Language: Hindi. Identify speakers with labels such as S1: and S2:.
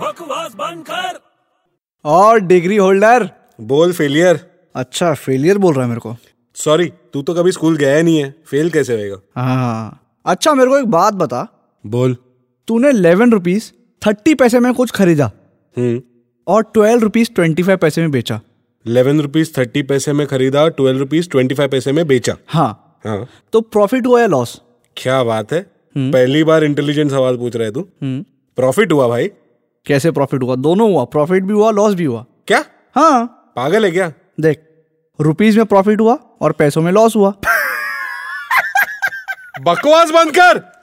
S1: बकवास बंद कर
S2: और डिग्री होल्डर
S3: बोल फेलियर
S2: अच्छा फेलियर बोल रहा है मेरे को
S3: सॉरी तू तो कभी स्कूल गया ही नहीं है फेल कैसे होएगा
S2: हाँ अच्छा मेरे को एक बात बता
S3: बोल
S2: तूने इलेवन रुपीज थर्टी पैसे में कुछ खरीदा
S3: हम्म
S2: और ट्वेल्व रुपीज ट्वेंटी फाइव पैसे में बेचा
S3: इलेवन रुपीज थर्टी पैसे में खरीदा ट्वेल्व रुपीज ट्वेंटी फाइव पैसे में बेचा
S2: हाँ
S3: हाँ
S2: तो प्रॉफिट हुआ या हम्म। लॉस
S3: क्या बात है पहली बार इंटेलिजेंट सवाल पूछ रहे तू प्रॉफिट हुआ भाई
S2: हम्म। कैसे प्रॉफिट हुआ दोनों हुआ प्रॉफिट भी हुआ लॉस भी हुआ
S3: क्या
S2: हाँ
S3: पागल है क्या
S2: देख रुपीज में प्रॉफिट हुआ और पैसों में लॉस हुआ
S3: बकवास बंद कर